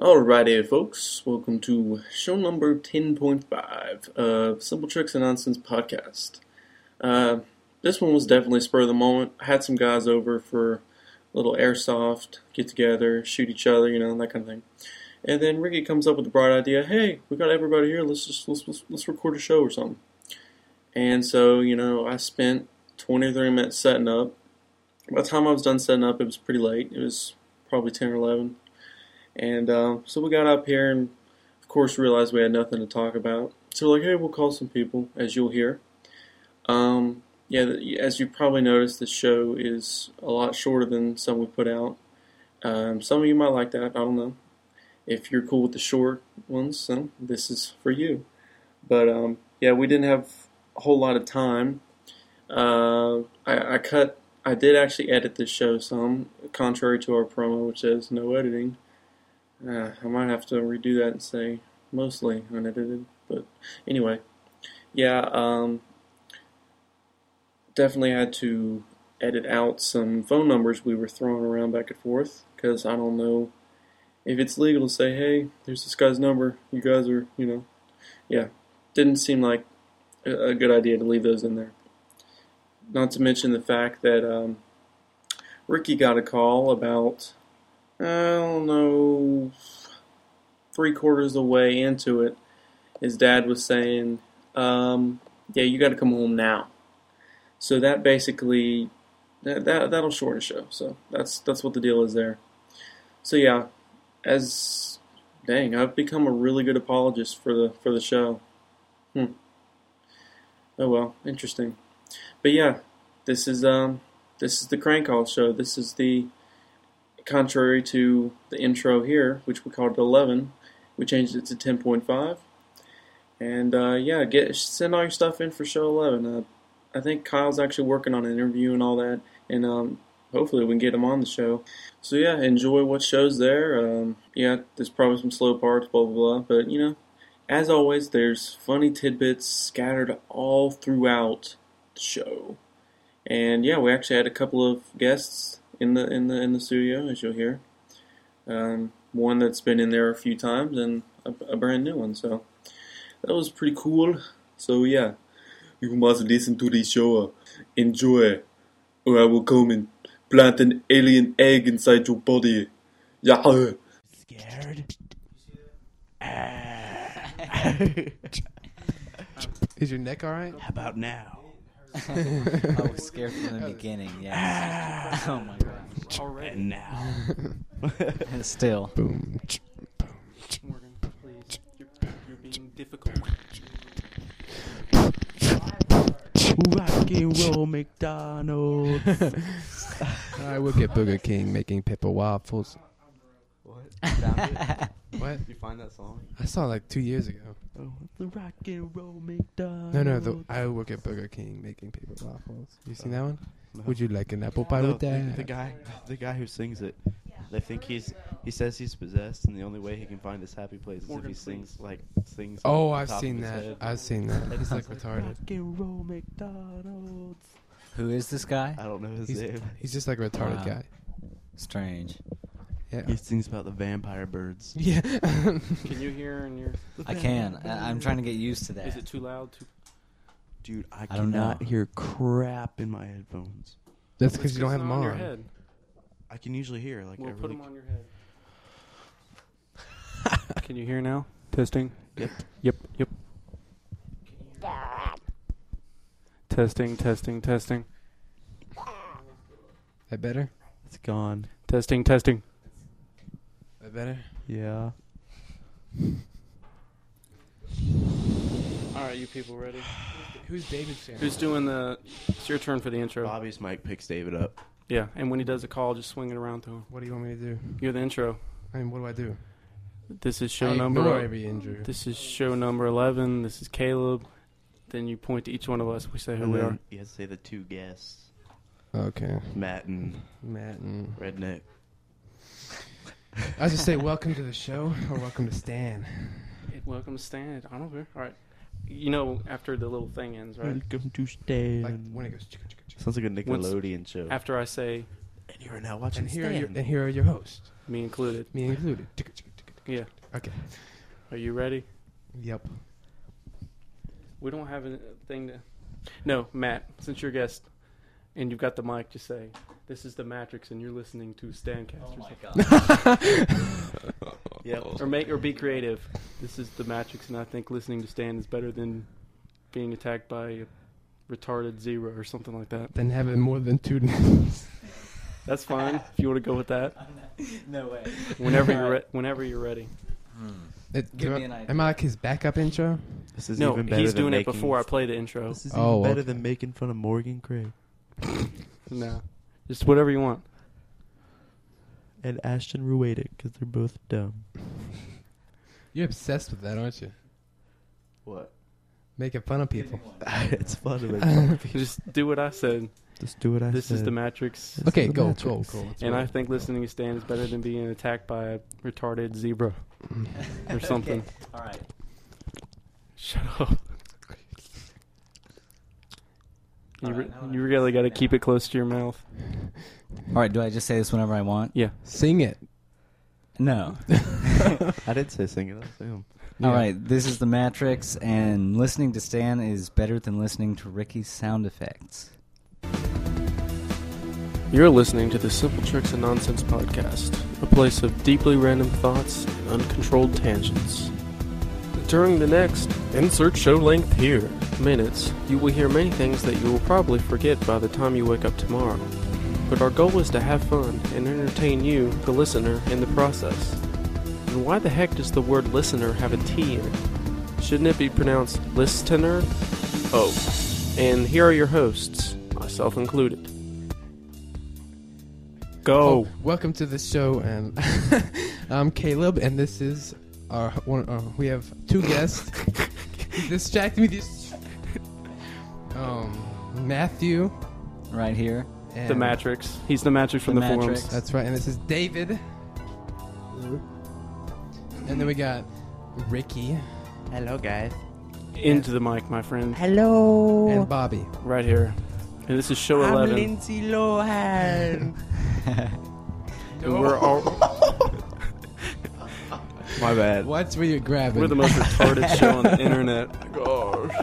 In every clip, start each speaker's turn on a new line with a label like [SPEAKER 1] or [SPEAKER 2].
[SPEAKER 1] Alrighty, folks, welcome to show number 10.5 of Simple Tricks and Nonsense podcast. Uh, this one was definitely spur of the moment. I had some guys over for a little airsoft, get together, shoot each other, you know, that kind of thing. And then Ricky comes up with the bright idea hey, we got everybody here, let's just let's, let's, let's record a show or something. And so, you know, I spent 23 minutes setting up. By the time I was done setting up, it was pretty late. It was probably 10 or 11. And uh, so we got up here and, of course, realized we had nothing to talk about. So we're like, hey, we'll call some people, as you'll hear. Um, yeah, th- as you probably noticed, the show is a lot shorter than some we put out. Um, some of you might like that. I don't know. If you're cool with the short ones, then this is for you. But um, yeah, we didn't have a whole lot of time. Uh, I, I cut. I did actually edit this show some, contrary to our promo, which says no editing. Uh, I might have to redo that and say mostly unedited, but anyway, yeah, um, definitely had to edit out some phone numbers we were throwing around back and forth because I don't know if it's legal to say, hey, there's this guy's number, you guys are, you know, yeah, didn't seem like a a good idea to leave those in there. Not to mention the fact that um, Ricky got a call about I don't know, three quarters of the way into it, his dad was saying, um, "Yeah, you got to come home now." So that basically that, that that'll shorten the show. So that's that's what the deal is there. So yeah, as dang, I've become a really good apologist for the for the show. Hmm. Oh well, interesting. But yeah, this is um this is the crank call show. This is the contrary to the intro here, which we called 11, we changed it to 10.5. And uh, yeah, get send all your stuff in for show 11. Uh, I think Kyle's actually working on an interview and all that, and um, hopefully we can get him on the show. So yeah, enjoy what shows there. Um, yeah, there's probably some slow parts, blah blah blah, but you know, as always, there's funny tidbits scattered all throughout the show. And yeah, we actually had a couple of guests in the in the in the studio, as you'll hear. Um, one that's been in there a few times, and a, a brand new one. So that was pretty cool. So yeah, you must listen to the show, enjoy, or I will come and plant an alien egg inside your body. Yeah.
[SPEAKER 2] scared.
[SPEAKER 3] Ah.
[SPEAKER 4] Is your neck all right?
[SPEAKER 2] How about now?
[SPEAKER 5] I was scared from the beginning. Yeah.
[SPEAKER 3] Ah,
[SPEAKER 5] oh my god.
[SPEAKER 2] And now.
[SPEAKER 5] And still.
[SPEAKER 4] Boom.
[SPEAKER 1] Morgan, please. You're, you're being difficult.
[SPEAKER 2] Rock and roll McDonald's.
[SPEAKER 4] All right, we'll get Booger King making pepper waffles.
[SPEAKER 3] What? Found it?
[SPEAKER 4] What?
[SPEAKER 3] you find that song?
[SPEAKER 4] I saw it like two years ago.
[SPEAKER 2] oh, the rock and roll McDonald's.
[SPEAKER 4] No, no, the, I work at Burger King making paper waffles. You seen that one? Would you like an apple pie
[SPEAKER 3] No,
[SPEAKER 4] with that?
[SPEAKER 3] The, the guy, the guy who sings it. They think he's. He says he's possessed, and the only way he can find his happy place is if
[SPEAKER 1] Morgan,
[SPEAKER 3] he
[SPEAKER 1] please.
[SPEAKER 3] sings like sings.
[SPEAKER 4] Oh,
[SPEAKER 3] off
[SPEAKER 4] I've
[SPEAKER 3] the top
[SPEAKER 4] seen
[SPEAKER 3] of his
[SPEAKER 4] that.
[SPEAKER 3] head.
[SPEAKER 4] I've seen that. He's like retarded.
[SPEAKER 2] rock and roll McDonald's.
[SPEAKER 5] Who is this guy?
[SPEAKER 3] I don't know his
[SPEAKER 4] He's,
[SPEAKER 3] name.
[SPEAKER 4] he's just like a retarded
[SPEAKER 5] Wow.
[SPEAKER 4] guy.
[SPEAKER 5] Strange.
[SPEAKER 4] Yeah.
[SPEAKER 3] He sings about the vampire birds.
[SPEAKER 4] yeah.
[SPEAKER 1] Can you hear? And you're,
[SPEAKER 5] I can. I, I'm trying to get used to that.
[SPEAKER 1] is it too loud? Too
[SPEAKER 3] Dude, I,
[SPEAKER 5] I don't
[SPEAKER 3] cannot
[SPEAKER 5] know.
[SPEAKER 3] hear crap in my headphones.
[SPEAKER 4] That's because you don't have them
[SPEAKER 1] on your
[SPEAKER 4] on.
[SPEAKER 1] head.
[SPEAKER 3] I can usually hear like
[SPEAKER 1] We'll
[SPEAKER 3] I
[SPEAKER 1] put
[SPEAKER 3] really
[SPEAKER 1] them on your head. Can you hear now? Testing.
[SPEAKER 3] Yep.
[SPEAKER 1] Yep. Yep. Testing. Testing. Testing.
[SPEAKER 4] That better?
[SPEAKER 3] It's gone.
[SPEAKER 1] Testing. Testing.
[SPEAKER 4] That better?
[SPEAKER 3] Yeah.
[SPEAKER 1] All right, you people ready?
[SPEAKER 4] Who's David Sharon?
[SPEAKER 1] Who's doing the? It's your turn for the intro.
[SPEAKER 3] Bobby's mic picks David up.
[SPEAKER 1] Yeah, and when he does a call, just swing it around to him.
[SPEAKER 4] What do you want me to do?
[SPEAKER 1] You're the intro.
[SPEAKER 4] I mean, what do I do?
[SPEAKER 1] This is show
[SPEAKER 4] I ignore
[SPEAKER 1] number.
[SPEAKER 4] every injury.
[SPEAKER 1] This is show number eleven. This is Caleb. Then you point to each one of us. We say who
[SPEAKER 3] And
[SPEAKER 1] we
[SPEAKER 3] then
[SPEAKER 1] are.
[SPEAKER 3] You have to say the two guests,
[SPEAKER 4] Okay.
[SPEAKER 3] Matt and
[SPEAKER 4] Matt and
[SPEAKER 3] Redneck.
[SPEAKER 4] I was just say welcome to the show or welcome to Stan.
[SPEAKER 1] Hey, welcome to stand. I don't care. All right. You know, after the little thing ends, right?
[SPEAKER 3] Welcome to Stan.
[SPEAKER 4] Like when it goes chicka chicka chicka.
[SPEAKER 3] Sounds like a
[SPEAKER 1] Once-
[SPEAKER 3] Nickelodeon show.
[SPEAKER 1] After I say
[SPEAKER 3] and you are now watching
[SPEAKER 4] And here are your
[SPEAKER 3] Stan.
[SPEAKER 4] and here are your hosts,
[SPEAKER 1] me included.
[SPEAKER 4] me included. Chicka chicka chicka.
[SPEAKER 6] Yeah.
[SPEAKER 4] Okay.
[SPEAKER 6] Are you ready?
[SPEAKER 4] Yep.
[SPEAKER 6] We don't have anything to. No, Matt, since you're a guest and you've got the mic, just say, This is the Matrix and you're listening to Stancast. or something.
[SPEAKER 5] god.
[SPEAKER 3] Yep.
[SPEAKER 6] Or make or be creative. This is the Matrix, and I think listening to Stan is better than being attacked by a retarded zero or something like that.
[SPEAKER 4] Then have it more than two names.
[SPEAKER 6] That's fine if you want to go with that.
[SPEAKER 5] no way. Hmm.
[SPEAKER 6] Whenever you're re- whenever you're ready.
[SPEAKER 4] It-
[SPEAKER 5] Give
[SPEAKER 4] do
[SPEAKER 5] me
[SPEAKER 4] I-
[SPEAKER 5] an idea.
[SPEAKER 4] Am I like his backup intro?
[SPEAKER 3] This is
[SPEAKER 6] No,
[SPEAKER 3] even better
[SPEAKER 6] he's
[SPEAKER 3] than
[SPEAKER 6] doing it
[SPEAKER 3] making-
[SPEAKER 6] before I play the intro.
[SPEAKER 3] This is
[SPEAKER 4] Oh,
[SPEAKER 3] even better
[SPEAKER 4] okay.
[SPEAKER 3] than making fun of Morgan Craig
[SPEAKER 6] No, just whatever you want.
[SPEAKER 3] and Ashton Ruedick because they're both dumb.
[SPEAKER 4] You're obsessed with that, aren't you?
[SPEAKER 3] What?
[SPEAKER 4] Making fun of people.
[SPEAKER 3] it's fun to make fun of people.
[SPEAKER 6] Just do what I said.
[SPEAKER 3] Just do what I
[SPEAKER 6] This
[SPEAKER 3] said.
[SPEAKER 6] is the Matrix,
[SPEAKER 3] This
[SPEAKER 4] Okay,
[SPEAKER 3] is the
[SPEAKER 4] go,
[SPEAKER 3] Matrix.
[SPEAKER 4] go, go. Let's
[SPEAKER 6] and
[SPEAKER 4] roll.
[SPEAKER 6] I think listening to Stan is better than being attacked by a retarded zebra or something.
[SPEAKER 5] All right.
[SPEAKER 6] Shut up. You,
[SPEAKER 5] Alright,
[SPEAKER 6] re-
[SPEAKER 5] now
[SPEAKER 6] you really got to keep it close to your mouth.
[SPEAKER 5] All right. Do I just say this whenever I want?
[SPEAKER 6] Yeah.
[SPEAKER 4] Sing it.
[SPEAKER 5] No.
[SPEAKER 3] I did say sing it. That's him.
[SPEAKER 5] All
[SPEAKER 4] Yeah.
[SPEAKER 5] right. This is the Matrix, and listening to Stan is better than listening to Ricky's sound effects.
[SPEAKER 6] You're listening to the Simple Tricks and Nonsense podcast, a place of deeply random thoughts and uncontrolled tangents. During the next, insert show length here, minutes, you will hear many things that you will probably forget by the time you wake up tomorrow. But our goal is to have fun and entertain you, the listener, in the process. And why the heck does the word listener have a T in it? Shouldn't it be pronounced listener? Oh. And here are your hosts, myself included.
[SPEAKER 7] Oh.
[SPEAKER 6] Go.
[SPEAKER 4] welcome to the show, and I'm Caleb, and this is our one. Uh, we have two guests. He distracted me. This um, Matthew,
[SPEAKER 5] Right here.
[SPEAKER 4] and
[SPEAKER 6] The Matrix. He's the Matrix from the,
[SPEAKER 5] The
[SPEAKER 6] forums.
[SPEAKER 5] Matrix.
[SPEAKER 4] That's right, and this is David, and then we got Ricky
[SPEAKER 3] Hello, guys.
[SPEAKER 6] Into the mic, my friend.
[SPEAKER 4] and Bobby.
[SPEAKER 6] Right here. And this is show 11. And we're all,
[SPEAKER 3] My bad.
[SPEAKER 4] What's where you grabbing?
[SPEAKER 6] we're the most retarded show on the internet. Gosh.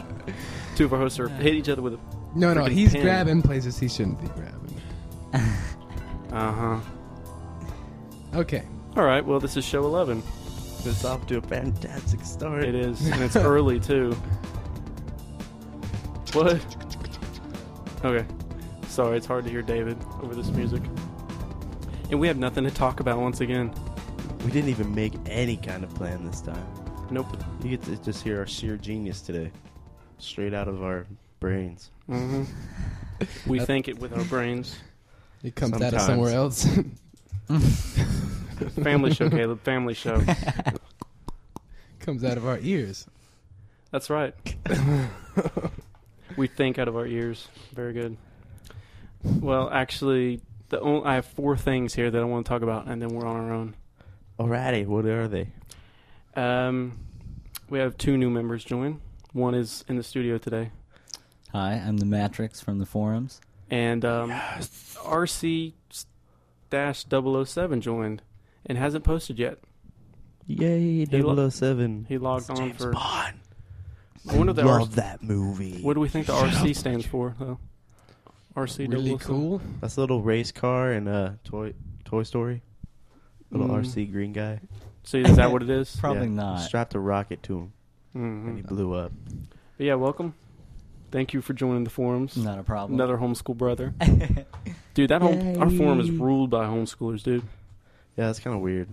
[SPEAKER 6] Two of our hosts are hit each other with a.
[SPEAKER 4] no, no,
[SPEAKER 6] freaking
[SPEAKER 4] he's
[SPEAKER 6] pin.
[SPEAKER 4] grabbing places he shouldn't be grabbing.
[SPEAKER 6] Uh huh.
[SPEAKER 4] Okay,
[SPEAKER 6] All right. Well, this is show 11.
[SPEAKER 3] It's off to a fantastic start.
[SPEAKER 6] It is, and it's early too. What? Okay. Sorry, it's hard to hear David over this music. And we have nothing to talk about once again.
[SPEAKER 3] We didn't even make any kind of plan this time.
[SPEAKER 6] Nope.
[SPEAKER 3] You get to just hear our sheer genius today, straight out of our brains.
[SPEAKER 6] hmm We think it with our brains.
[SPEAKER 4] it comes out of
[SPEAKER 3] Sometimes.
[SPEAKER 4] somewhere else.
[SPEAKER 6] Family show, Caleb. Family show.
[SPEAKER 4] comes out of our ears.
[SPEAKER 6] That's right. we think out of our ears. Very good. Well, actually, the only, I have four things here that I want to talk about, and then we're on our own.
[SPEAKER 3] Alrighty, what are they?
[SPEAKER 6] Um, we have two new members join. One is in the studio today,
[SPEAKER 5] Hi, I'm the Matrix from the forums.
[SPEAKER 6] and um, RC dash 007 joined and hasn't posted yet.
[SPEAKER 3] Yay,
[SPEAKER 6] lo-
[SPEAKER 3] 007.
[SPEAKER 6] He logged on
[SPEAKER 3] James
[SPEAKER 6] for.
[SPEAKER 3] Bond.
[SPEAKER 6] I wonder if the
[SPEAKER 3] Love
[SPEAKER 6] RC
[SPEAKER 3] that movie.
[SPEAKER 6] what do we think the RC stands for though? RC
[SPEAKER 4] Really
[SPEAKER 6] 007.
[SPEAKER 4] cool.
[SPEAKER 3] That's a little race car and uh, Toy Toy Story. Little
[SPEAKER 6] Mm.
[SPEAKER 3] RC green guy.
[SPEAKER 6] So is that what it is?
[SPEAKER 5] Probably
[SPEAKER 3] Yeah,
[SPEAKER 5] not.
[SPEAKER 3] Strapped a rocket to him and
[SPEAKER 6] Mm-hmm.
[SPEAKER 3] he blew up.
[SPEAKER 6] But yeah, welcome. Thank you for joining the forums.
[SPEAKER 5] Not a problem.
[SPEAKER 6] Another homeschool brother, dude. That home, our forum is ruled by homeschoolers, dude.
[SPEAKER 3] Yeah, that's kind of weird.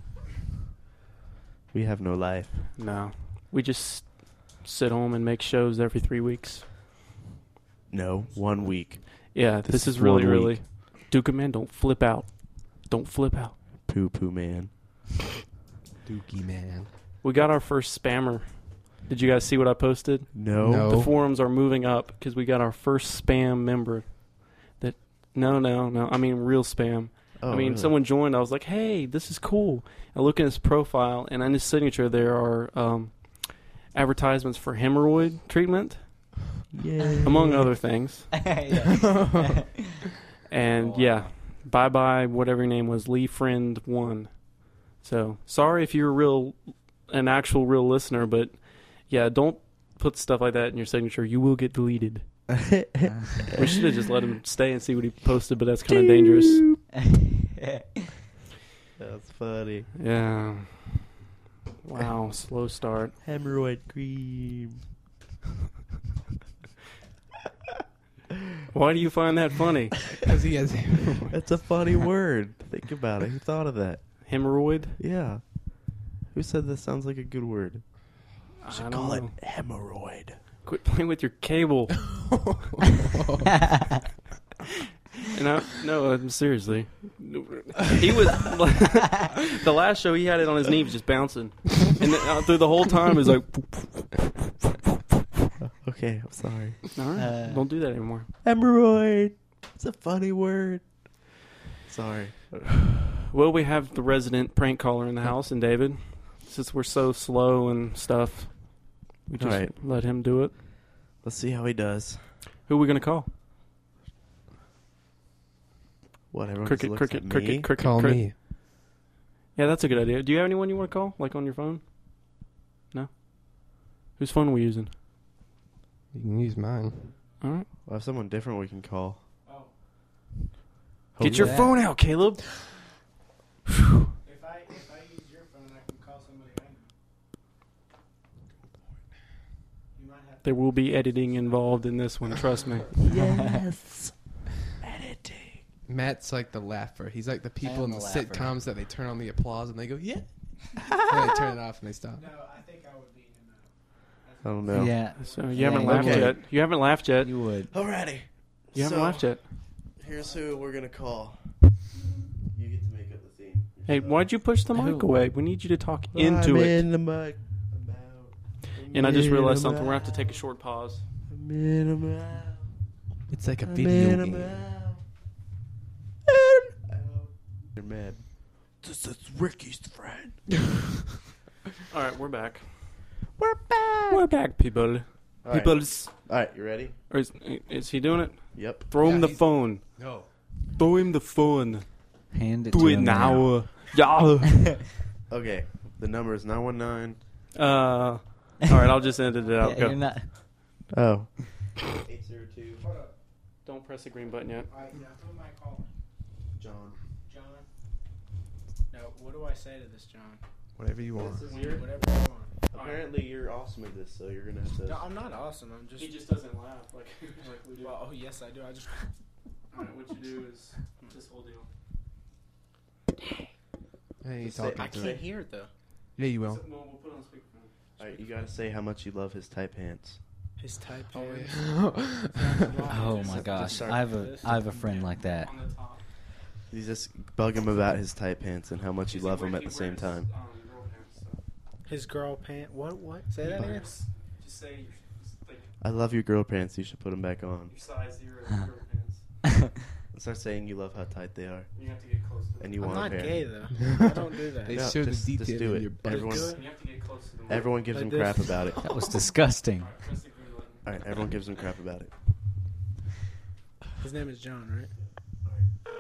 [SPEAKER 3] We have no life.
[SPEAKER 6] No, we just sit home and make shows every three weeks.
[SPEAKER 3] No, one week.
[SPEAKER 6] Yeah, this,
[SPEAKER 3] This
[SPEAKER 6] is
[SPEAKER 3] is
[SPEAKER 6] really,
[SPEAKER 3] one
[SPEAKER 6] really.
[SPEAKER 3] week.
[SPEAKER 6] Duke man, don't flip out. Don't flip out.
[SPEAKER 3] Poo poo man.
[SPEAKER 4] Dookie man.
[SPEAKER 6] We got our first spammer. Did you guys see what I posted?
[SPEAKER 3] No.
[SPEAKER 4] No.
[SPEAKER 6] The forums are moving up because we got our first spam member. That no, no, no. I mean real spam.
[SPEAKER 3] Oh,
[SPEAKER 6] I mean,
[SPEAKER 3] really?
[SPEAKER 6] someone joined. I was like, "Hey, this is cool." I look at his profile, and on his signature, there are um, advertisements for hemorrhoid treatment,
[SPEAKER 3] Yay.
[SPEAKER 6] among other things.
[SPEAKER 5] Yeah.
[SPEAKER 6] And
[SPEAKER 5] Oh, wow.
[SPEAKER 6] yeah, bye bye, whatever your name was, Lee Friend One. So sorry if you're a real, an actual real listener, but yeah, don't put stuff like that in your signature. You will get deleted. We should have just let him stay and see what he posted, but that's kind of dangerous.
[SPEAKER 3] That's funny.
[SPEAKER 6] Yeah. Wow, slow start.
[SPEAKER 2] Hemorrhoid cream.
[SPEAKER 6] Why do you find that funny?
[SPEAKER 4] Because he has
[SPEAKER 3] That's a funny word. Think about it. Who thought of that?
[SPEAKER 6] Hemorrhoid?
[SPEAKER 3] Yeah. Who said this sounds like a good word?
[SPEAKER 6] I
[SPEAKER 2] Should
[SPEAKER 6] don't
[SPEAKER 2] call it
[SPEAKER 6] know.
[SPEAKER 2] hemorrhoid.
[SPEAKER 6] Quit playing with your cable. And I, no, um, seriously. He was the last show. He had it on his knee, was just bouncing, and then, uh, through the whole time, it was like,
[SPEAKER 3] Okay, I'm sorry.
[SPEAKER 6] all right,
[SPEAKER 5] Uh.
[SPEAKER 6] don't do that anymore.
[SPEAKER 3] Hemorrhoid. It's a funny word. Sorry.
[SPEAKER 6] Well, we have the resident prank caller in the house, and David, since we're so slow and stuff, we just
[SPEAKER 3] All right.
[SPEAKER 6] let him do it.
[SPEAKER 3] Let's see how he does.
[SPEAKER 6] Who are we gonna call?
[SPEAKER 3] What everyone
[SPEAKER 6] Cricket,
[SPEAKER 3] just looks
[SPEAKER 6] cricket,
[SPEAKER 3] at me?
[SPEAKER 6] cricket, cricket,
[SPEAKER 4] Call
[SPEAKER 6] cricket.
[SPEAKER 4] me.
[SPEAKER 6] Yeah, that's a good idea. Do you have anyone you want to call, like on your phone? No. Whose phone are we using?
[SPEAKER 4] You can use mine.
[SPEAKER 6] All right.
[SPEAKER 3] We'll have someone different we can call.
[SPEAKER 6] Get your
[SPEAKER 5] yeah.
[SPEAKER 6] phone out, Caleb.
[SPEAKER 7] If I if I use your phone, I can call somebody I know. You might have
[SPEAKER 6] There will be editing involved in this one. Trust me.
[SPEAKER 2] Yes.
[SPEAKER 4] Matt's like the laugher. He's like the people in
[SPEAKER 5] am
[SPEAKER 4] the,
[SPEAKER 5] the laugher.
[SPEAKER 4] sitcoms that they turn on the applause and they go, yeah. and they turn it off and they stop.
[SPEAKER 7] no. I think I would beat him out.
[SPEAKER 3] I don't know.
[SPEAKER 5] yeah,
[SPEAKER 6] So you
[SPEAKER 5] Yeah,
[SPEAKER 6] haven't
[SPEAKER 5] you
[SPEAKER 6] laughed
[SPEAKER 3] would.
[SPEAKER 6] yet. You haven't laughed yet. You,
[SPEAKER 5] you would.
[SPEAKER 3] Alrighty.
[SPEAKER 6] haven't
[SPEAKER 3] So-
[SPEAKER 6] laughed yet.
[SPEAKER 3] Here's who we're gonna call. You get to make up the theme.
[SPEAKER 6] Hey, why'd you push the mic
[SPEAKER 4] Who?
[SPEAKER 6] away? We need you to talk into it.
[SPEAKER 3] In the mic.
[SPEAKER 6] And I just realized something. We're gonna have to take a short pause.
[SPEAKER 4] It's like a video game.
[SPEAKER 3] You're mad.
[SPEAKER 2] This is Ricky's friend.
[SPEAKER 6] All right, we're back. We're back. We're back, people. people,
[SPEAKER 3] Alright, you ready?
[SPEAKER 6] or is, is he doing it?
[SPEAKER 3] Yep.
[SPEAKER 6] Throw
[SPEAKER 4] Yeah,
[SPEAKER 6] him the
[SPEAKER 4] he's-
[SPEAKER 6] phone.
[SPEAKER 4] No.
[SPEAKER 6] Throw him the phone.
[SPEAKER 5] Hand it
[SPEAKER 6] Do
[SPEAKER 5] to
[SPEAKER 6] it
[SPEAKER 5] him
[SPEAKER 6] now. Yeah.
[SPEAKER 3] Okay. The number is nine one nine.
[SPEAKER 6] Uh, all right, I'll just edit it
[SPEAKER 5] Yeah,
[SPEAKER 6] out.
[SPEAKER 5] you're
[SPEAKER 6] Go.
[SPEAKER 5] not.
[SPEAKER 3] Oh. Eight zero two.
[SPEAKER 6] Don't press the green button yet.
[SPEAKER 7] All right, now who am I calling?
[SPEAKER 3] John.
[SPEAKER 7] John. No, what do I say to this John?
[SPEAKER 4] Whatever you want.
[SPEAKER 3] This is
[SPEAKER 6] Weird.
[SPEAKER 7] Whatever you want.
[SPEAKER 3] Apparently, you're awesome at this, so you're gonna have to.
[SPEAKER 7] No, I'm not awesome. I'm just.
[SPEAKER 6] He just doesn't laugh like like we do.
[SPEAKER 7] well, oh yes, I do. I just.
[SPEAKER 6] All right, what you do is this whole deal.
[SPEAKER 4] Hey, you
[SPEAKER 3] Just say-
[SPEAKER 4] talking to it.
[SPEAKER 7] hear it though.
[SPEAKER 4] Yeah, you will.
[SPEAKER 6] Well, we'll put it on speakerphone.
[SPEAKER 3] All right, you gotta say how much you love his tight pants.
[SPEAKER 7] His type.
[SPEAKER 4] Oh,
[SPEAKER 7] is-
[SPEAKER 4] yeah.
[SPEAKER 5] Oh my gosh, I have a I have a friend like that.
[SPEAKER 6] On the top.
[SPEAKER 3] You just bug him about his tight pants and how much you
[SPEAKER 6] He's a
[SPEAKER 3] love him at
[SPEAKER 6] wacky
[SPEAKER 3] the same
[SPEAKER 6] wears,
[SPEAKER 3] time.
[SPEAKER 6] um, girl pants, so.
[SPEAKER 7] His girl pant. What? What? Say that again.
[SPEAKER 6] Just say your, like,
[SPEAKER 3] I love your girl pants. You should put them back on.
[SPEAKER 6] your size zero girl pants.
[SPEAKER 3] Start saying you love how tight they are
[SPEAKER 6] You have to get close to them.
[SPEAKER 3] and you
[SPEAKER 7] I'm
[SPEAKER 3] want
[SPEAKER 7] not
[SPEAKER 3] a pair.
[SPEAKER 7] gay though. I don't do
[SPEAKER 4] They
[SPEAKER 7] that.
[SPEAKER 3] No,
[SPEAKER 4] show
[SPEAKER 3] just-
[SPEAKER 4] the
[SPEAKER 3] just
[SPEAKER 4] detail
[SPEAKER 3] do
[SPEAKER 4] in
[SPEAKER 3] it.
[SPEAKER 4] your butt.
[SPEAKER 3] Everyone-
[SPEAKER 7] Just
[SPEAKER 6] You have to get close to them.
[SPEAKER 3] Everyone gives
[SPEAKER 7] Like
[SPEAKER 3] him
[SPEAKER 7] this.
[SPEAKER 3] crap about it.
[SPEAKER 5] That was disgusting.
[SPEAKER 6] All right, press the green button.
[SPEAKER 3] All right, everyone gives him crap about it.
[SPEAKER 7] His name is John, right?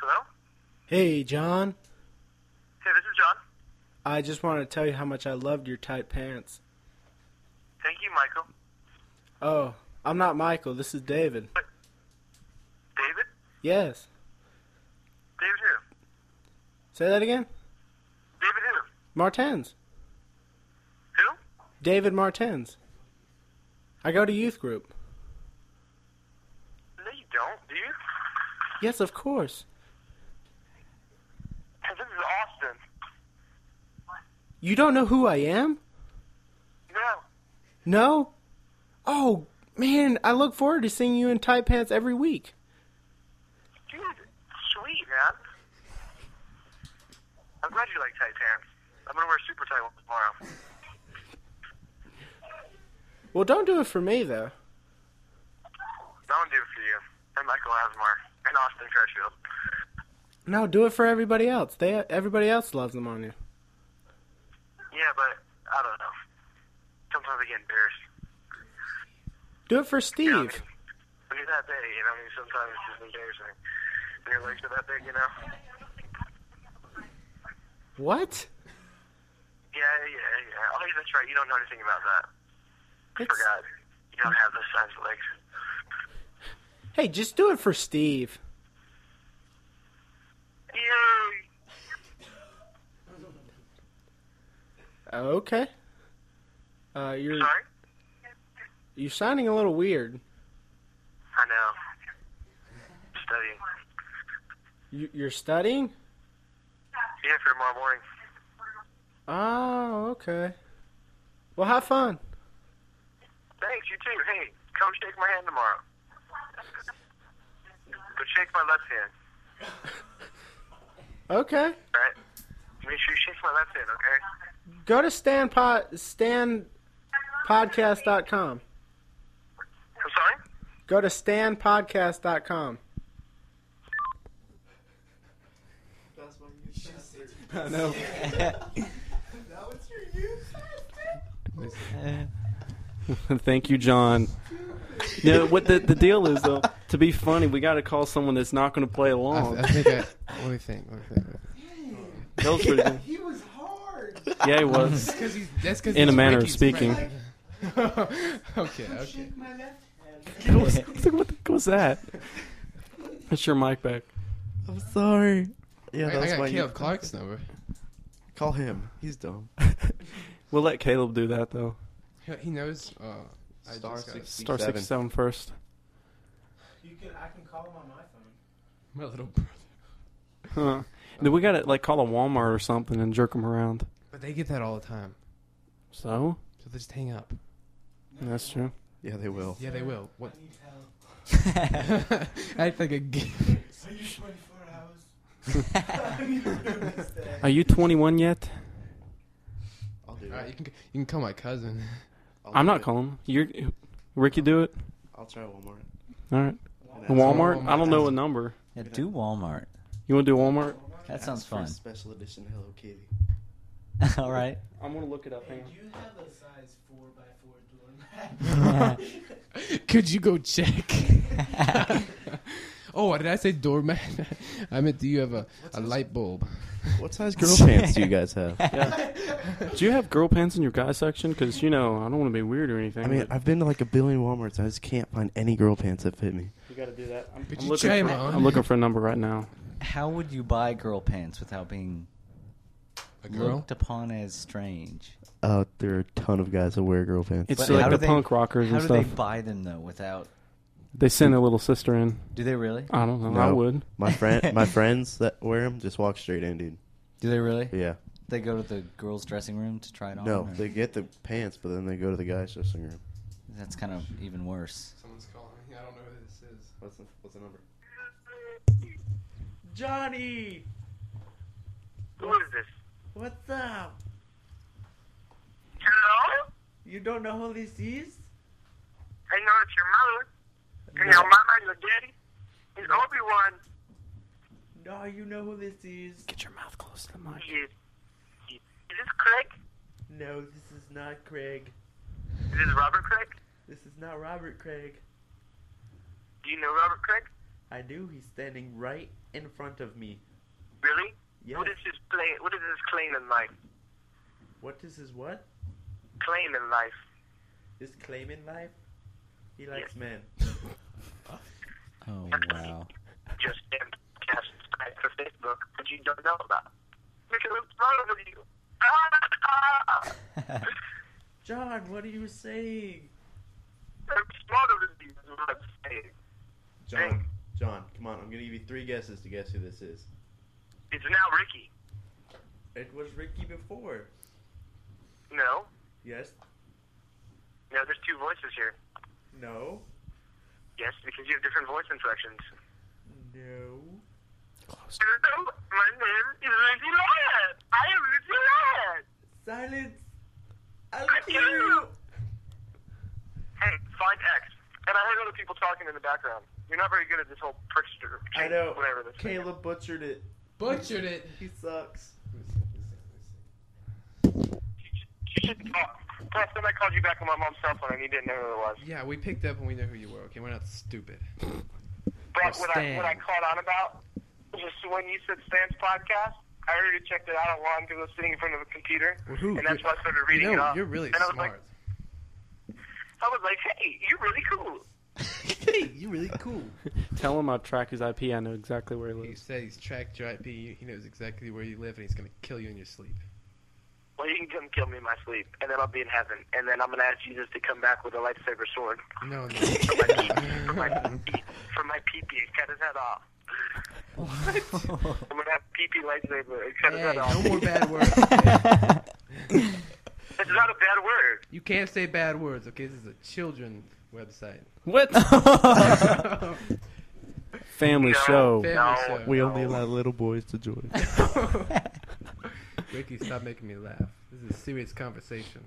[SPEAKER 8] Hello?
[SPEAKER 7] Hey, John.
[SPEAKER 8] Hey, this is John.
[SPEAKER 7] I just wanted to tell you how much I loved your tight pants.
[SPEAKER 8] Thank you, Michael.
[SPEAKER 7] Oh, I'm not Michael. This is David.
[SPEAKER 8] David?
[SPEAKER 7] Yes.
[SPEAKER 8] David who?
[SPEAKER 7] Say that again.
[SPEAKER 8] David who?
[SPEAKER 7] Martens.
[SPEAKER 8] Who?
[SPEAKER 7] David Martens. I go to youth group.
[SPEAKER 8] No, you don't, do you?
[SPEAKER 7] Yes, of course.
[SPEAKER 8] This is Austin.
[SPEAKER 7] You don't know who I am?
[SPEAKER 8] No.
[SPEAKER 7] No? Oh, man, I look forward to seeing you in tight pants every week.
[SPEAKER 8] Dude, sweet, man. I'm glad you like tight pants. I'm going to wear super tight ones tomorrow.
[SPEAKER 7] Well, don't do it for me, though.
[SPEAKER 8] That one do it for you. And Michael Asmar. and Austin Crutchfield.
[SPEAKER 7] No, do it for everybody else. They everybody else loves them on you.
[SPEAKER 8] Yeah, but I don't know. Sometimes I get embarrassed.
[SPEAKER 7] Do it for Steve.
[SPEAKER 8] You know, I mean, when you're that big, you know, I mean, sometimes it's just embarrassing. When your legs are that big, you know.
[SPEAKER 7] What?
[SPEAKER 8] Yeah, yeah, yeah. Oh, yeah, that's right. You don't know anything about that. I
[SPEAKER 7] It's-
[SPEAKER 8] forgot. You don't have those size legs.
[SPEAKER 7] Hey, just do it for Steve.
[SPEAKER 8] Yay!
[SPEAKER 7] Oh, Okay. Uh, you're
[SPEAKER 8] Sorry.
[SPEAKER 7] you're sounding a little weird.
[SPEAKER 8] I know. Studying.
[SPEAKER 7] You, you're studying?
[SPEAKER 8] Yeah, for tomorrow morning.
[SPEAKER 7] Oh, okay. Well, have fun.
[SPEAKER 8] Thanks, you too. Hey, come shake my hand tomorrow. But shake my left hand,
[SPEAKER 7] Okay.
[SPEAKER 8] right? Make sure you shake my left hand, okay?
[SPEAKER 7] Go to Stan pod, StanPodcast.com.
[SPEAKER 8] I'm sorry?
[SPEAKER 7] Go to StanPodcast.com.
[SPEAKER 6] Thank you, John. No, what the the deal is though? To be funny, we got to call someone that's not going to play
[SPEAKER 4] I,
[SPEAKER 6] along.
[SPEAKER 4] I think I. Let me think. Let me think.
[SPEAKER 6] That was pretty good.
[SPEAKER 4] He was hard.
[SPEAKER 6] Yeah, he was.
[SPEAKER 4] Because he's that's because
[SPEAKER 6] In a manner of speaking.
[SPEAKER 4] okay. Okay.
[SPEAKER 6] What was, what the- what was that? That's your mic back.
[SPEAKER 3] I'm sorry. Yeah,
[SPEAKER 4] I, I
[SPEAKER 3] that's why
[SPEAKER 4] got
[SPEAKER 3] you
[SPEAKER 4] Caleb Clark's number.
[SPEAKER 3] call him. He's dumb.
[SPEAKER 6] We'll let Caleb do that though.
[SPEAKER 4] He- He knows. Uh, I
[SPEAKER 3] Star
[SPEAKER 4] just got
[SPEAKER 3] six.
[SPEAKER 6] Star
[SPEAKER 3] Seven.
[SPEAKER 6] six seven first.
[SPEAKER 7] You can I can call him on my phone.
[SPEAKER 4] my little brother.
[SPEAKER 6] Huh. Then we got to like call a Walmart or something and jerk him around.
[SPEAKER 4] But they get that all the time,
[SPEAKER 6] So
[SPEAKER 4] so they just hang up.
[SPEAKER 6] that's true.
[SPEAKER 3] Yeah, they will.
[SPEAKER 4] Yeah, they will. What? Act like a g-
[SPEAKER 6] Are you 21 yet?
[SPEAKER 3] I'll do
[SPEAKER 4] All right, you
[SPEAKER 3] it.
[SPEAKER 4] can you can call my cousin.
[SPEAKER 3] I'll
[SPEAKER 6] I'm
[SPEAKER 3] do
[SPEAKER 6] not
[SPEAKER 3] it.
[SPEAKER 6] calling. You're Ricky. Do it.
[SPEAKER 3] I'll try Walmart.
[SPEAKER 6] All right.
[SPEAKER 3] And ask
[SPEAKER 6] Walmart.
[SPEAKER 4] Walmart.
[SPEAKER 6] I don't know a number.
[SPEAKER 5] Yeah, do Walmart.
[SPEAKER 6] You want to do Walmart?
[SPEAKER 5] That sounds
[SPEAKER 3] for a
[SPEAKER 5] fun.
[SPEAKER 3] Special edition Hello Kitty.
[SPEAKER 5] All right.
[SPEAKER 6] I'm gonna look it up. Hang
[SPEAKER 7] you have a size four by four
[SPEAKER 4] Could you go check? oh, did I say doormat? I meant do you have a, a light bulb?
[SPEAKER 3] What size girl pants do you guys have?
[SPEAKER 6] Do you have girl pants in your guy section? Because you know I don't want to be weird or anything.
[SPEAKER 3] I mean,
[SPEAKER 6] but
[SPEAKER 3] I've been to like a billion Walmarts. I just can't find any girl pants that fit me.
[SPEAKER 6] you gotta do that. I'm,
[SPEAKER 4] Could
[SPEAKER 6] I'm
[SPEAKER 4] you
[SPEAKER 6] looking
[SPEAKER 4] try
[SPEAKER 6] for,
[SPEAKER 4] 'em on?
[SPEAKER 6] I'm looking for a number right now.
[SPEAKER 5] How would you buy girl pants without being
[SPEAKER 4] A girl?
[SPEAKER 5] looked upon as strange?
[SPEAKER 3] Uh, there are a ton of guys that wear girl pants.
[SPEAKER 6] It's
[SPEAKER 5] But
[SPEAKER 6] like
[SPEAKER 5] how
[SPEAKER 6] the
[SPEAKER 5] do they-
[SPEAKER 6] punk rockers
[SPEAKER 5] How
[SPEAKER 6] and
[SPEAKER 5] do
[SPEAKER 6] stuff.
[SPEAKER 5] they buy them though? Without
[SPEAKER 6] They send their little sister in.
[SPEAKER 5] do they really?
[SPEAKER 6] I don't know. I
[SPEAKER 3] No.
[SPEAKER 6] would.
[SPEAKER 3] my friend, my friends that wear them just walk straight in, dude.
[SPEAKER 5] Do they really?
[SPEAKER 3] Yeah.
[SPEAKER 5] They go to the girls' dressing room to try it
[SPEAKER 6] Oh,
[SPEAKER 5] on.
[SPEAKER 3] No,
[SPEAKER 5] or-
[SPEAKER 3] they get the pants, but then they go to the guys' dressing room.
[SPEAKER 5] that's kind of even worse.
[SPEAKER 4] Someone's calling me. I don't know who this is.
[SPEAKER 3] What's the, what's the number?
[SPEAKER 2] Johnny,
[SPEAKER 8] Who is this?
[SPEAKER 2] what's up?
[SPEAKER 8] Hello?
[SPEAKER 2] You don't know who this is?
[SPEAKER 8] I know it's your mother. And your mama and your daddy. It's Obi-Wan.
[SPEAKER 2] No, you know who this is.
[SPEAKER 6] Get your mouth close to the mic.
[SPEAKER 8] Is, is this Craig?
[SPEAKER 2] No, this is not Craig.
[SPEAKER 8] Is this Robert Craig?
[SPEAKER 2] This is not Robert Craig.
[SPEAKER 8] Do you know Robert Craig?
[SPEAKER 2] I do. He's standing right in front of me.
[SPEAKER 8] Really?
[SPEAKER 2] Yes.
[SPEAKER 8] What is his play? What is his claim in life?
[SPEAKER 2] What is his what?
[SPEAKER 8] Claim in life.
[SPEAKER 2] His claim in life? He likes men.
[SPEAKER 5] Oh wow.
[SPEAKER 8] Just damn cast aside for Facebook that you don't know about. Because what's wrong with you? Ah, ah.
[SPEAKER 2] John, what are you saying?
[SPEAKER 8] I'm smarter than you. is what I'm saying.
[SPEAKER 3] John, John, come on! I'm gonna give you three guesses to guess who this is.
[SPEAKER 8] It's now Ricky.
[SPEAKER 2] It was Ricky before.
[SPEAKER 8] No.
[SPEAKER 2] Yes?
[SPEAKER 8] No, there's two voices here.
[SPEAKER 2] No?
[SPEAKER 8] Yes, because you have different voice inflections.
[SPEAKER 2] No?
[SPEAKER 8] Hello, my name is Ricky Ladd. I am Ricky Ladd.
[SPEAKER 2] Silence! I
[SPEAKER 8] I
[SPEAKER 2] love you!
[SPEAKER 8] Hey, find X. And I heard other people talking in the background. You're not very good at this whole Prickster.
[SPEAKER 3] I know.
[SPEAKER 8] Whatever this thing is.
[SPEAKER 3] Caleb butchered it.
[SPEAKER 4] Butchered it.
[SPEAKER 3] He sucks.
[SPEAKER 8] You should talk. Plus, then I called you back on my mom's cell phone and you didn't know who it was.
[SPEAKER 4] Yeah, we picked up and we know who you were. Okay, we're not stupid.
[SPEAKER 8] But what I, what I
[SPEAKER 5] Stan.
[SPEAKER 8] caught on about was when you said Stan's podcast. I already checked it out online because I was sitting in front of a computer,
[SPEAKER 4] who-
[SPEAKER 8] and that's why I started reading
[SPEAKER 4] you
[SPEAKER 8] it
[SPEAKER 4] know,
[SPEAKER 8] off.
[SPEAKER 4] you're really
[SPEAKER 8] and I was
[SPEAKER 4] smart.
[SPEAKER 8] like, I was like, hey, you're really cool.
[SPEAKER 3] you really cool.
[SPEAKER 6] Tell him I track his IP. I know exactly where he
[SPEAKER 4] He
[SPEAKER 6] lives.
[SPEAKER 4] said he's tracked your IP. He knows exactly where you live, and he's gonna kill you in your sleep.
[SPEAKER 8] Well, you can come kill me in my sleep, and then I'll be in heaven, and then I'm gonna ask Jesus to come back with a lightsaber sword
[SPEAKER 4] No, no.
[SPEAKER 8] for my pee- for my pee- for my pee-pee and cut his head off. I'm gonna have pee-pee lightsaber and cut his
[SPEAKER 4] Hey,
[SPEAKER 8] head off.
[SPEAKER 4] no more bad words.
[SPEAKER 8] It's not a bad word.
[SPEAKER 4] You can't say bad words. Okay, this is a children website.
[SPEAKER 6] Family
[SPEAKER 8] No.
[SPEAKER 6] show.
[SPEAKER 4] Family
[SPEAKER 8] No.
[SPEAKER 4] show.
[SPEAKER 3] We only allow little boys to join.
[SPEAKER 4] Ricky, stop making me laugh. This is a serious conversation.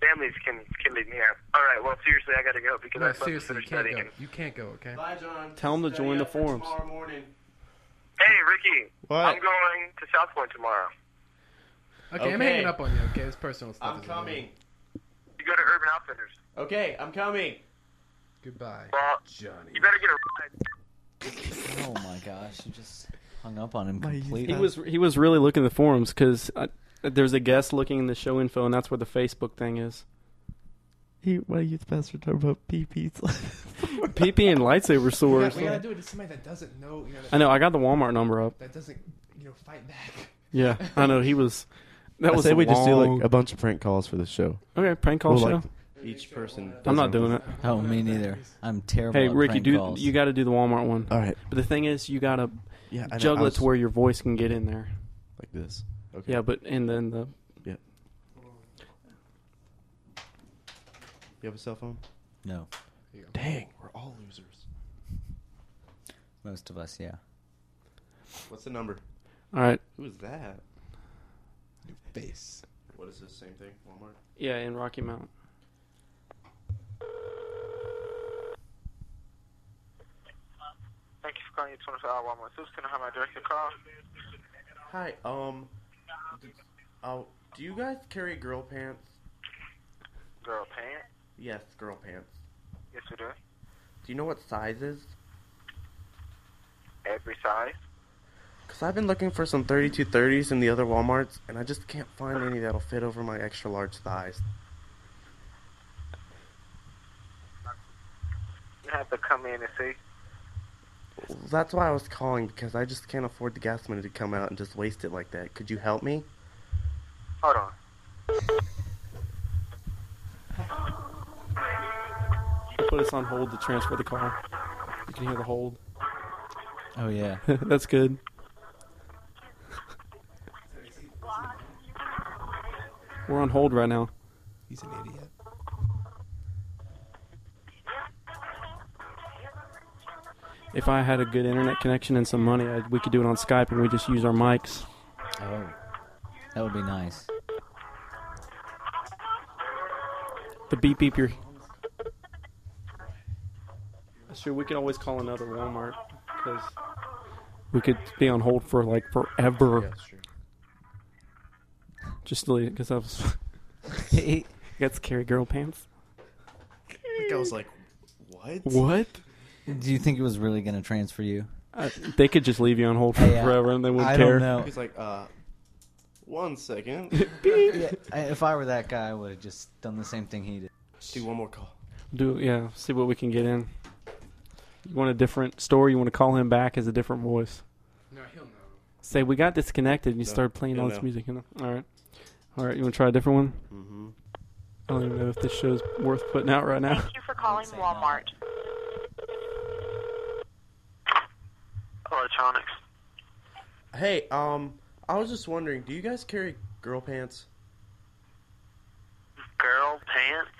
[SPEAKER 8] Families can can be near. All right. Well, seriously, I gotta go because
[SPEAKER 4] No,
[SPEAKER 8] I'm about to
[SPEAKER 4] seriously, you
[SPEAKER 8] finish
[SPEAKER 4] can't go.
[SPEAKER 8] studying.
[SPEAKER 4] You can't go. Okay.
[SPEAKER 7] Bye, John.
[SPEAKER 6] Tell 'em to
[SPEAKER 7] Study
[SPEAKER 6] join the
[SPEAKER 7] up for
[SPEAKER 6] forums.
[SPEAKER 7] Tomorrow morning.
[SPEAKER 8] Hey, Ricky.
[SPEAKER 3] What?
[SPEAKER 8] I'm going to South Point tomorrow.
[SPEAKER 4] Okay, I'm
[SPEAKER 7] Okay.
[SPEAKER 4] hanging up on you. Okay, this personal stuff.
[SPEAKER 7] I'm
[SPEAKER 4] is annoying.
[SPEAKER 7] coming.
[SPEAKER 8] You go to Urban Outfitters.
[SPEAKER 7] Okay, I'm coming.
[SPEAKER 4] Goodbye,
[SPEAKER 8] Well,
[SPEAKER 4] Johnny.
[SPEAKER 8] you better get a ride.
[SPEAKER 5] Oh my gosh, you just hung up on him
[SPEAKER 3] My-
[SPEAKER 5] completely.
[SPEAKER 6] He was he was really looking at the forums because there's a guest looking in the show info, and that's where the Facebook thing is.
[SPEAKER 3] Eat my youth pastor talking about peepees.
[SPEAKER 6] PP and lightsaber
[SPEAKER 4] We,
[SPEAKER 6] swords.
[SPEAKER 4] gotta, we gotta do it to somebody that doesn't know. You know
[SPEAKER 6] I know. I got the Walmart number up.
[SPEAKER 4] that doesn't you know fight back.
[SPEAKER 6] Yeah, I know. He was. That
[SPEAKER 3] I
[SPEAKER 6] was
[SPEAKER 3] say we
[SPEAKER 6] long.
[SPEAKER 3] just do like a bunch of prank calls for the show.
[SPEAKER 6] okay prank call
[SPEAKER 3] We'll,
[SPEAKER 6] show.
[SPEAKER 3] like, each person.
[SPEAKER 6] I'm not doing it.
[SPEAKER 5] oh, me neither. I'm terrible.
[SPEAKER 6] Hey
[SPEAKER 5] at
[SPEAKER 6] Ricky,
[SPEAKER 5] prank
[SPEAKER 6] do
[SPEAKER 5] calls.
[SPEAKER 6] you got to do the Walmart one?
[SPEAKER 3] All right.
[SPEAKER 6] But the thing is, you gotta
[SPEAKER 3] Yeah. I know,
[SPEAKER 6] juggle
[SPEAKER 3] I
[SPEAKER 6] it to
[SPEAKER 3] was-
[SPEAKER 6] where your voice can get in there.
[SPEAKER 3] like this. Okay.
[SPEAKER 6] Yeah, but and then the
[SPEAKER 3] You have a cell phone?
[SPEAKER 5] No,
[SPEAKER 3] Dang, we're all losers.
[SPEAKER 5] most of us, yeah.
[SPEAKER 3] What's the number?
[SPEAKER 6] all right.
[SPEAKER 3] Who is that?
[SPEAKER 4] Face.
[SPEAKER 3] What is this? Same thing? Walmart.
[SPEAKER 6] Yeah, in Rocky Mount.
[SPEAKER 8] Thank you for calling your 24 hour Walmart Soups. Can I have my direct your call?
[SPEAKER 3] Hi. Um. Oh, do you guys carry girl pants?
[SPEAKER 8] Girl, pants.
[SPEAKER 3] Yes, girl pants.
[SPEAKER 8] Yes, we do.
[SPEAKER 3] Do you know what sizes?
[SPEAKER 8] Every size.
[SPEAKER 3] Cause I've been looking for some 3230s in the other WalMarts, and I just can't find any that'll fit over my extra large thighs.
[SPEAKER 8] You have to come in and see.
[SPEAKER 3] That's why I was calling because I just can't afford the gas money to come out and just waste it like that. Could you help me?
[SPEAKER 8] Hold on.
[SPEAKER 6] Put us on hold to transfer the call. You can hear the hold.
[SPEAKER 5] Oh yeah.
[SPEAKER 6] that's good. We're on hold right now.
[SPEAKER 4] He's an idiot.
[SPEAKER 6] If I had a good internet connection and some money, i we could do it on Skype and we just use our mics.
[SPEAKER 5] Oh, that would be nice.
[SPEAKER 6] The beep beep your. Sure, we could always call another Walmart because we could be on hold for like forever.
[SPEAKER 3] true.
[SPEAKER 6] Just delete it because I was.
[SPEAKER 5] Hey,
[SPEAKER 6] got scary girl pants.
[SPEAKER 3] Like I was like, what?
[SPEAKER 6] What?
[SPEAKER 5] do you think it was really gonna transfer you?
[SPEAKER 6] Uh, they could just leave you on hold for
[SPEAKER 5] Hey, uh,
[SPEAKER 6] forever and they wouldn't
[SPEAKER 5] I
[SPEAKER 6] care.
[SPEAKER 5] don't know.
[SPEAKER 3] He's like, uh, one second.
[SPEAKER 5] Yeah, I- if I were that guy, I would have just done the same thing he did.
[SPEAKER 3] Do one more call.
[SPEAKER 6] Do yeah, see what we can get in. You want a different story? You want to call him back as a different voice?
[SPEAKER 4] No, he'll know.
[SPEAKER 6] Say we got disconnected and you
[SPEAKER 3] No,
[SPEAKER 6] started playing
[SPEAKER 3] no,
[SPEAKER 6] all this
[SPEAKER 3] no.
[SPEAKER 6] music. You know? All right, all right. You want to try a different one?
[SPEAKER 3] Mm-hmm.
[SPEAKER 6] I don't even know if this show's worth putting out right now.
[SPEAKER 9] Thank you for calling
[SPEAKER 5] say
[SPEAKER 9] Walmart.
[SPEAKER 8] Electronics.
[SPEAKER 3] Hey, um, I was just wondering, do you guys carry girl pants?
[SPEAKER 8] Girl pants.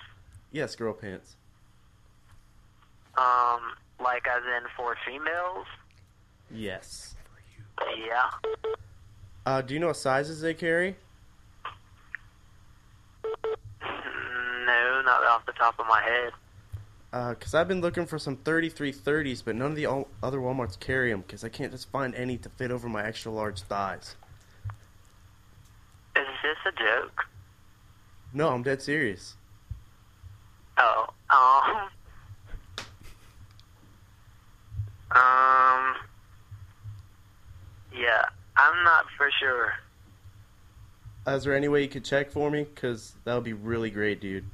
[SPEAKER 3] Yes, girl pants.
[SPEAKER 8] Um, like as in for females.
[SPEAKER 3] Yes.
[SPEAKER 8] Yeah.
[SPEAKER 3] Uh, do you know what sizes they carry?
[SPEAKER 8] No, not off the top of my head.
[SPEAKER 3] Because Uh, I've been looking for some 3330s, but none of the all- other Walmarts carry them because I can't just find any to fit over my extra large thighs.
[SPEAKER 8] Is this a joke?
[SPEAKER 3] No, I'm dead serious.
[SPEAKER 8] Oh, um, um, yeah, I'm not for sure.
[SPEAKER 3] Uh, Is there any way you could check for me? Because that would be really great, dude.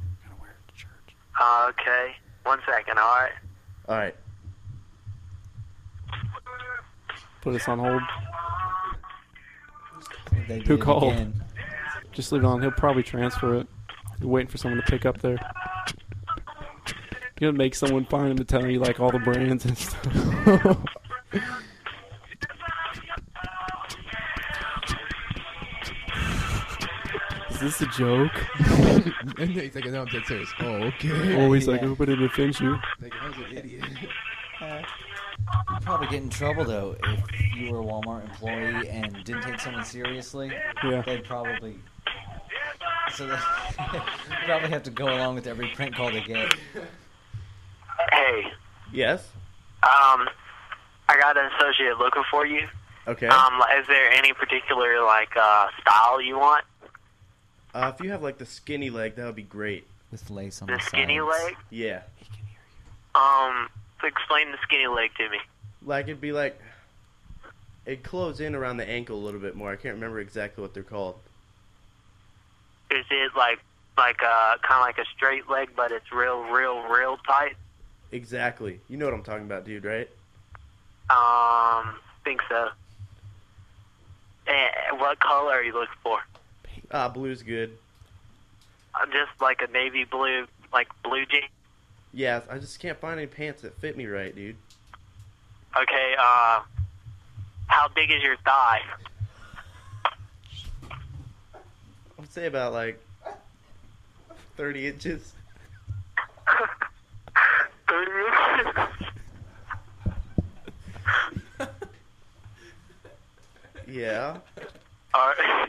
[SPEAKER 8] Uh, okay, one second, all right.
[SPEAKER 3] All right.
[SPEAKER 6] Put us on hold.
[SPEAKER 5] They did
[SPEAKER 6] Who
[SPEAKER 5] it
[SPEAKER 6] called?
[SPEAKER 5] again.
[SPEAKER 6] Just leave it on. He'll probably transfer it. You're waiting for someone to pick up there. You're gonna make someone find him to tell you like all the brands and stuff. Is this a joke?
[SPEAKER 4] and he's like, no, I'm dead serious. Oh, okay.
[SPEAKER 6] Always
[SPEAKER 5] Yeah.
[SPEAKER 6] like everybody defends you.
[SPEAKER 4] Like, I was an idiot.
[SPEAKER 5] You'd probably get in trouble though if you were a Walmart employee and didn't take someone seriously.
[SPEAKER 6] Yeah.
[SPEAKER 5] They'd probably. So they probably have to go along with every prank call they get.
[SPEAKER 8] Hey,
[SPEAKER 3] Yes?
[SPEAKER 8] um, I got an associate looking for you.
[SPEAKER 3] Okay.
[SPEAKER 8] Um, like, is there any particular like uh style you want?
[SPEAKER 3] Uh, if you have like the skinny leg, that would be great.
[SPEAKER 5] With lace on the,
[SPEAKER 8] The skinny
[SPEAKER 5] sides.
[SPEAKER 8] leg?
[SPEAKER 3] Yeah.
[SPEAKER 8] Um, explain the skinny leg to me.
[SPEAKER 3] Like it'd be like it close in around the ankle a little bit more. I can't remember exactly what they're called.
[SPEAKER 8] Is it like like uh kind of like a straight leg, but it's real, real, real tight?
[SPEAKER 3] Exactly. You know what I'm talking about, dude, right?
[SPEAKER 8] Um, think so. Eh, what color are you looking for?
[SPEAKER 3] Ah, blue's good.
[SPEAKER 8] Uh, just like a navy blue, like blue jean.
[SPEAKER 3] Yeah, I just can't find any pants that fit me right, dude.
[SPEAKER 8] Okay. Uh, how big is your thigh?
[SPEAKER 3] I'd say about like 30 inches. Yeah.
[SPEAKER 8] all right.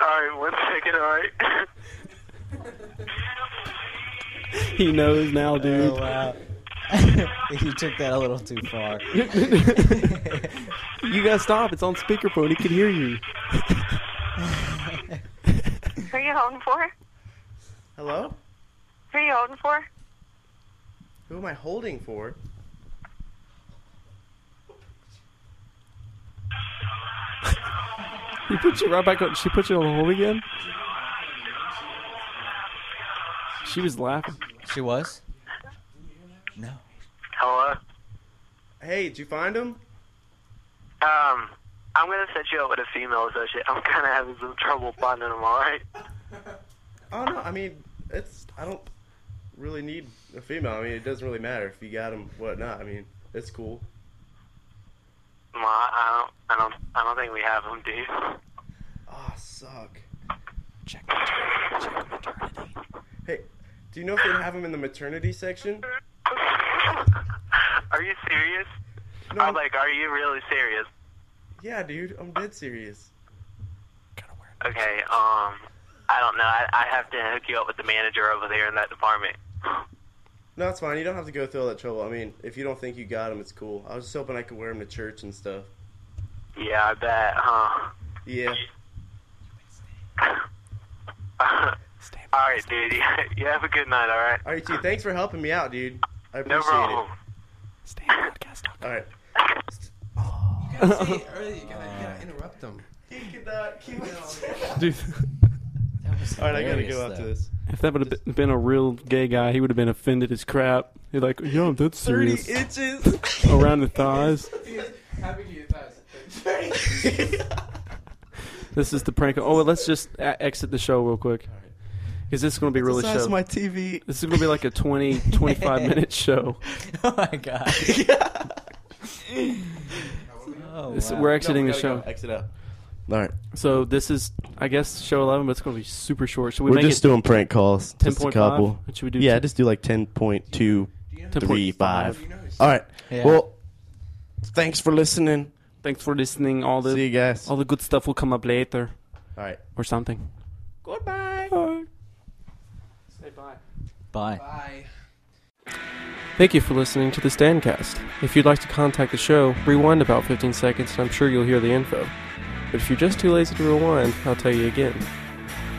[SPEAKER 8] All right. One second. All right.
[SPEAKER 6] He knows now, dude.
[SPEAKER 5] Oh wow. you took that a little too far.
[SPEAKER 6] You gotta stop. It's on speakerphone. He can hear you.
[SPEAKER 9] Who are you holding for?
[SPEAKER 3] Hello?
[SPEAKER 9] Who are you holding for?
[SPEAKER 3] Who am I holding for?
[SPEAKER 6] He put you right back on. She put you on hold again. She was laughing.
[SPEAKER 5] She was? No.
[SPEAKER 8] Hello.
[SPEAKER 3] Hey, did you find him?
[SPEAKER 8] Um, I'm gonna set you up with a female associate. I'm kind of having some trouble finding them. All right.
[SPEAKER 3] Oh no, I mean, it's I don't really need a female. I mean, it doesn't really matter if you got him, whatnot. I mean, it's cool.
[SPEAKER 8] Well, I I don't. I don't. I don't think we have them, dude.
[SPEAKER 3] Ah, suck. Check maternity. Check maternity. Hey, do you know if they have them in the maternity section?
[SPEAKER 8] Are you serious?
[SPEAKER 3] No.
[SPEAKER 8] I'm like, are you really serious?
[SPEAKER 3] yeah, dude, I'm dead serious.
[SPEAKER 8] Okay, um, I don't know. I, I have to hook you up with the manager over there in that department.
[SPEAKER 3] No, it's fine. You don't have to go through all that trouble. I mean, if you don't think you got them, it's cool. I was just hoping I could wear them to church and stuff.
[SPEAKER 8] Yeah, I bet, huh?
[SPEAKER 3] Yeah.
[SPEAKER 8] all right, dude. You, you have a good night, all right?
[SPEAKER 3] All right, T. Thanks for helping me out, dude. I appreciate
[SPEAKER 8] No problem.
[SPEAKER 3] it. All right.
[SPEAKER 4] See, earlier, you gotta,
[SPEAKER 5] Uh,
[SPEAKER 4] you gotta interrupt them.
[SPEAKER 6] Dude,
[SPEAKER 5] That was
[SPEAKER 3] All right, I gotta go out
[SPEAKER 5] hilarious,
[SPEAKER 3] to
[SPEAKER 5] though.
[SPEAKER 3] this.
[SPEAKER 6] if that would have been a real gay guy, he would have been offended as crap. He's like, yo, that's serious.
[SPEAKER 3] inches.
[SPEAKER 6] Around the thighs. This is the prank. Oh, well, let's just a- exit the show real quick. Because this is going to be really
[SPEAKER 3] Size
[SPEAKER 6] show.
[SPEAKER 3] of my TV.
[SPEAKER 6] this is going to be like a 20, 25 minute show.
[SPEAKER 5] Oh my god. oh,
[SPEAKER 6] This-
[SPEAKER 5] wow.
[SPEAKER 6] We're exiting the show.
[SPEAKER 3] Exit out. All right.
[SPEAKER 6] So this is, I guess, show 11, but it's going to be super short. Should we
[SPEAKER 3] We're
[SPEAKER 6] make
[SPEAKER 3] just
[SPEAKER 6] it
[SPEAKER 3] doing prank calls. Just a
[SPEAKER 6] 10.5?
[SPEAKER 3] couple.
[SPEAKER 6] What should we do?
[SPEAKER 3] Yeah, just do like 10.235.
[SPEAKER 6] 10.5.
[SPEAKER 3] All right.
[SPEAKER 5] Yeah.
[SPEAKER 3] Well, thanks for listening.
[SPEAKER 6] Thanks for listening. All the,
[SPEAKER 3] See you guys.
[SPEAKER 6] all
[SPEAKER 3] All
[SPEAKER 6] the good stuff will come up later
[SPEAKER 3] right.
[SPEAKER 6] or something.
[SPEAKER 3] Goodbye.
[SPEAKER 6] Say bye.
[SPEAKER 5] Bye.
[SPEAKER 4] Bye.
[SPEAKER 1] Thank you for listening to the Standcast. If you'd like to contact the show, rewind about 15 seconds and I'm sure you'll hear the info. But if you're just too lazy to rewind, I'll tell you again.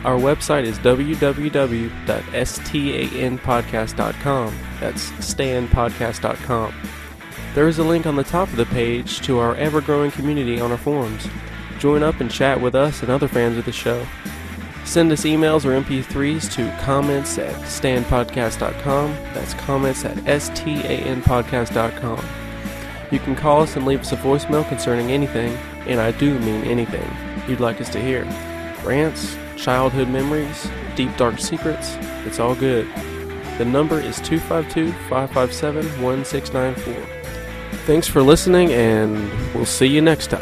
[SPEAKER 1] Our website is www.stanpodcast.com. That's stanpodcast.com. There is a link on the top of the page to our ever growing community on our forums. Join up and chat with us and other fans of the show. Send us emails or MP3s to comments at standpodcast.com. That's comments at stanpodcast.com. You can call us and leave us a voicemail concerning anything, and I do mean anything, you'd like us to hear. Rants, childhood memories, deep dark secrets, it's all good. The number is 252 557 1694. Thanks for listening, and we'll see you next time.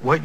[SPEAKER 10] What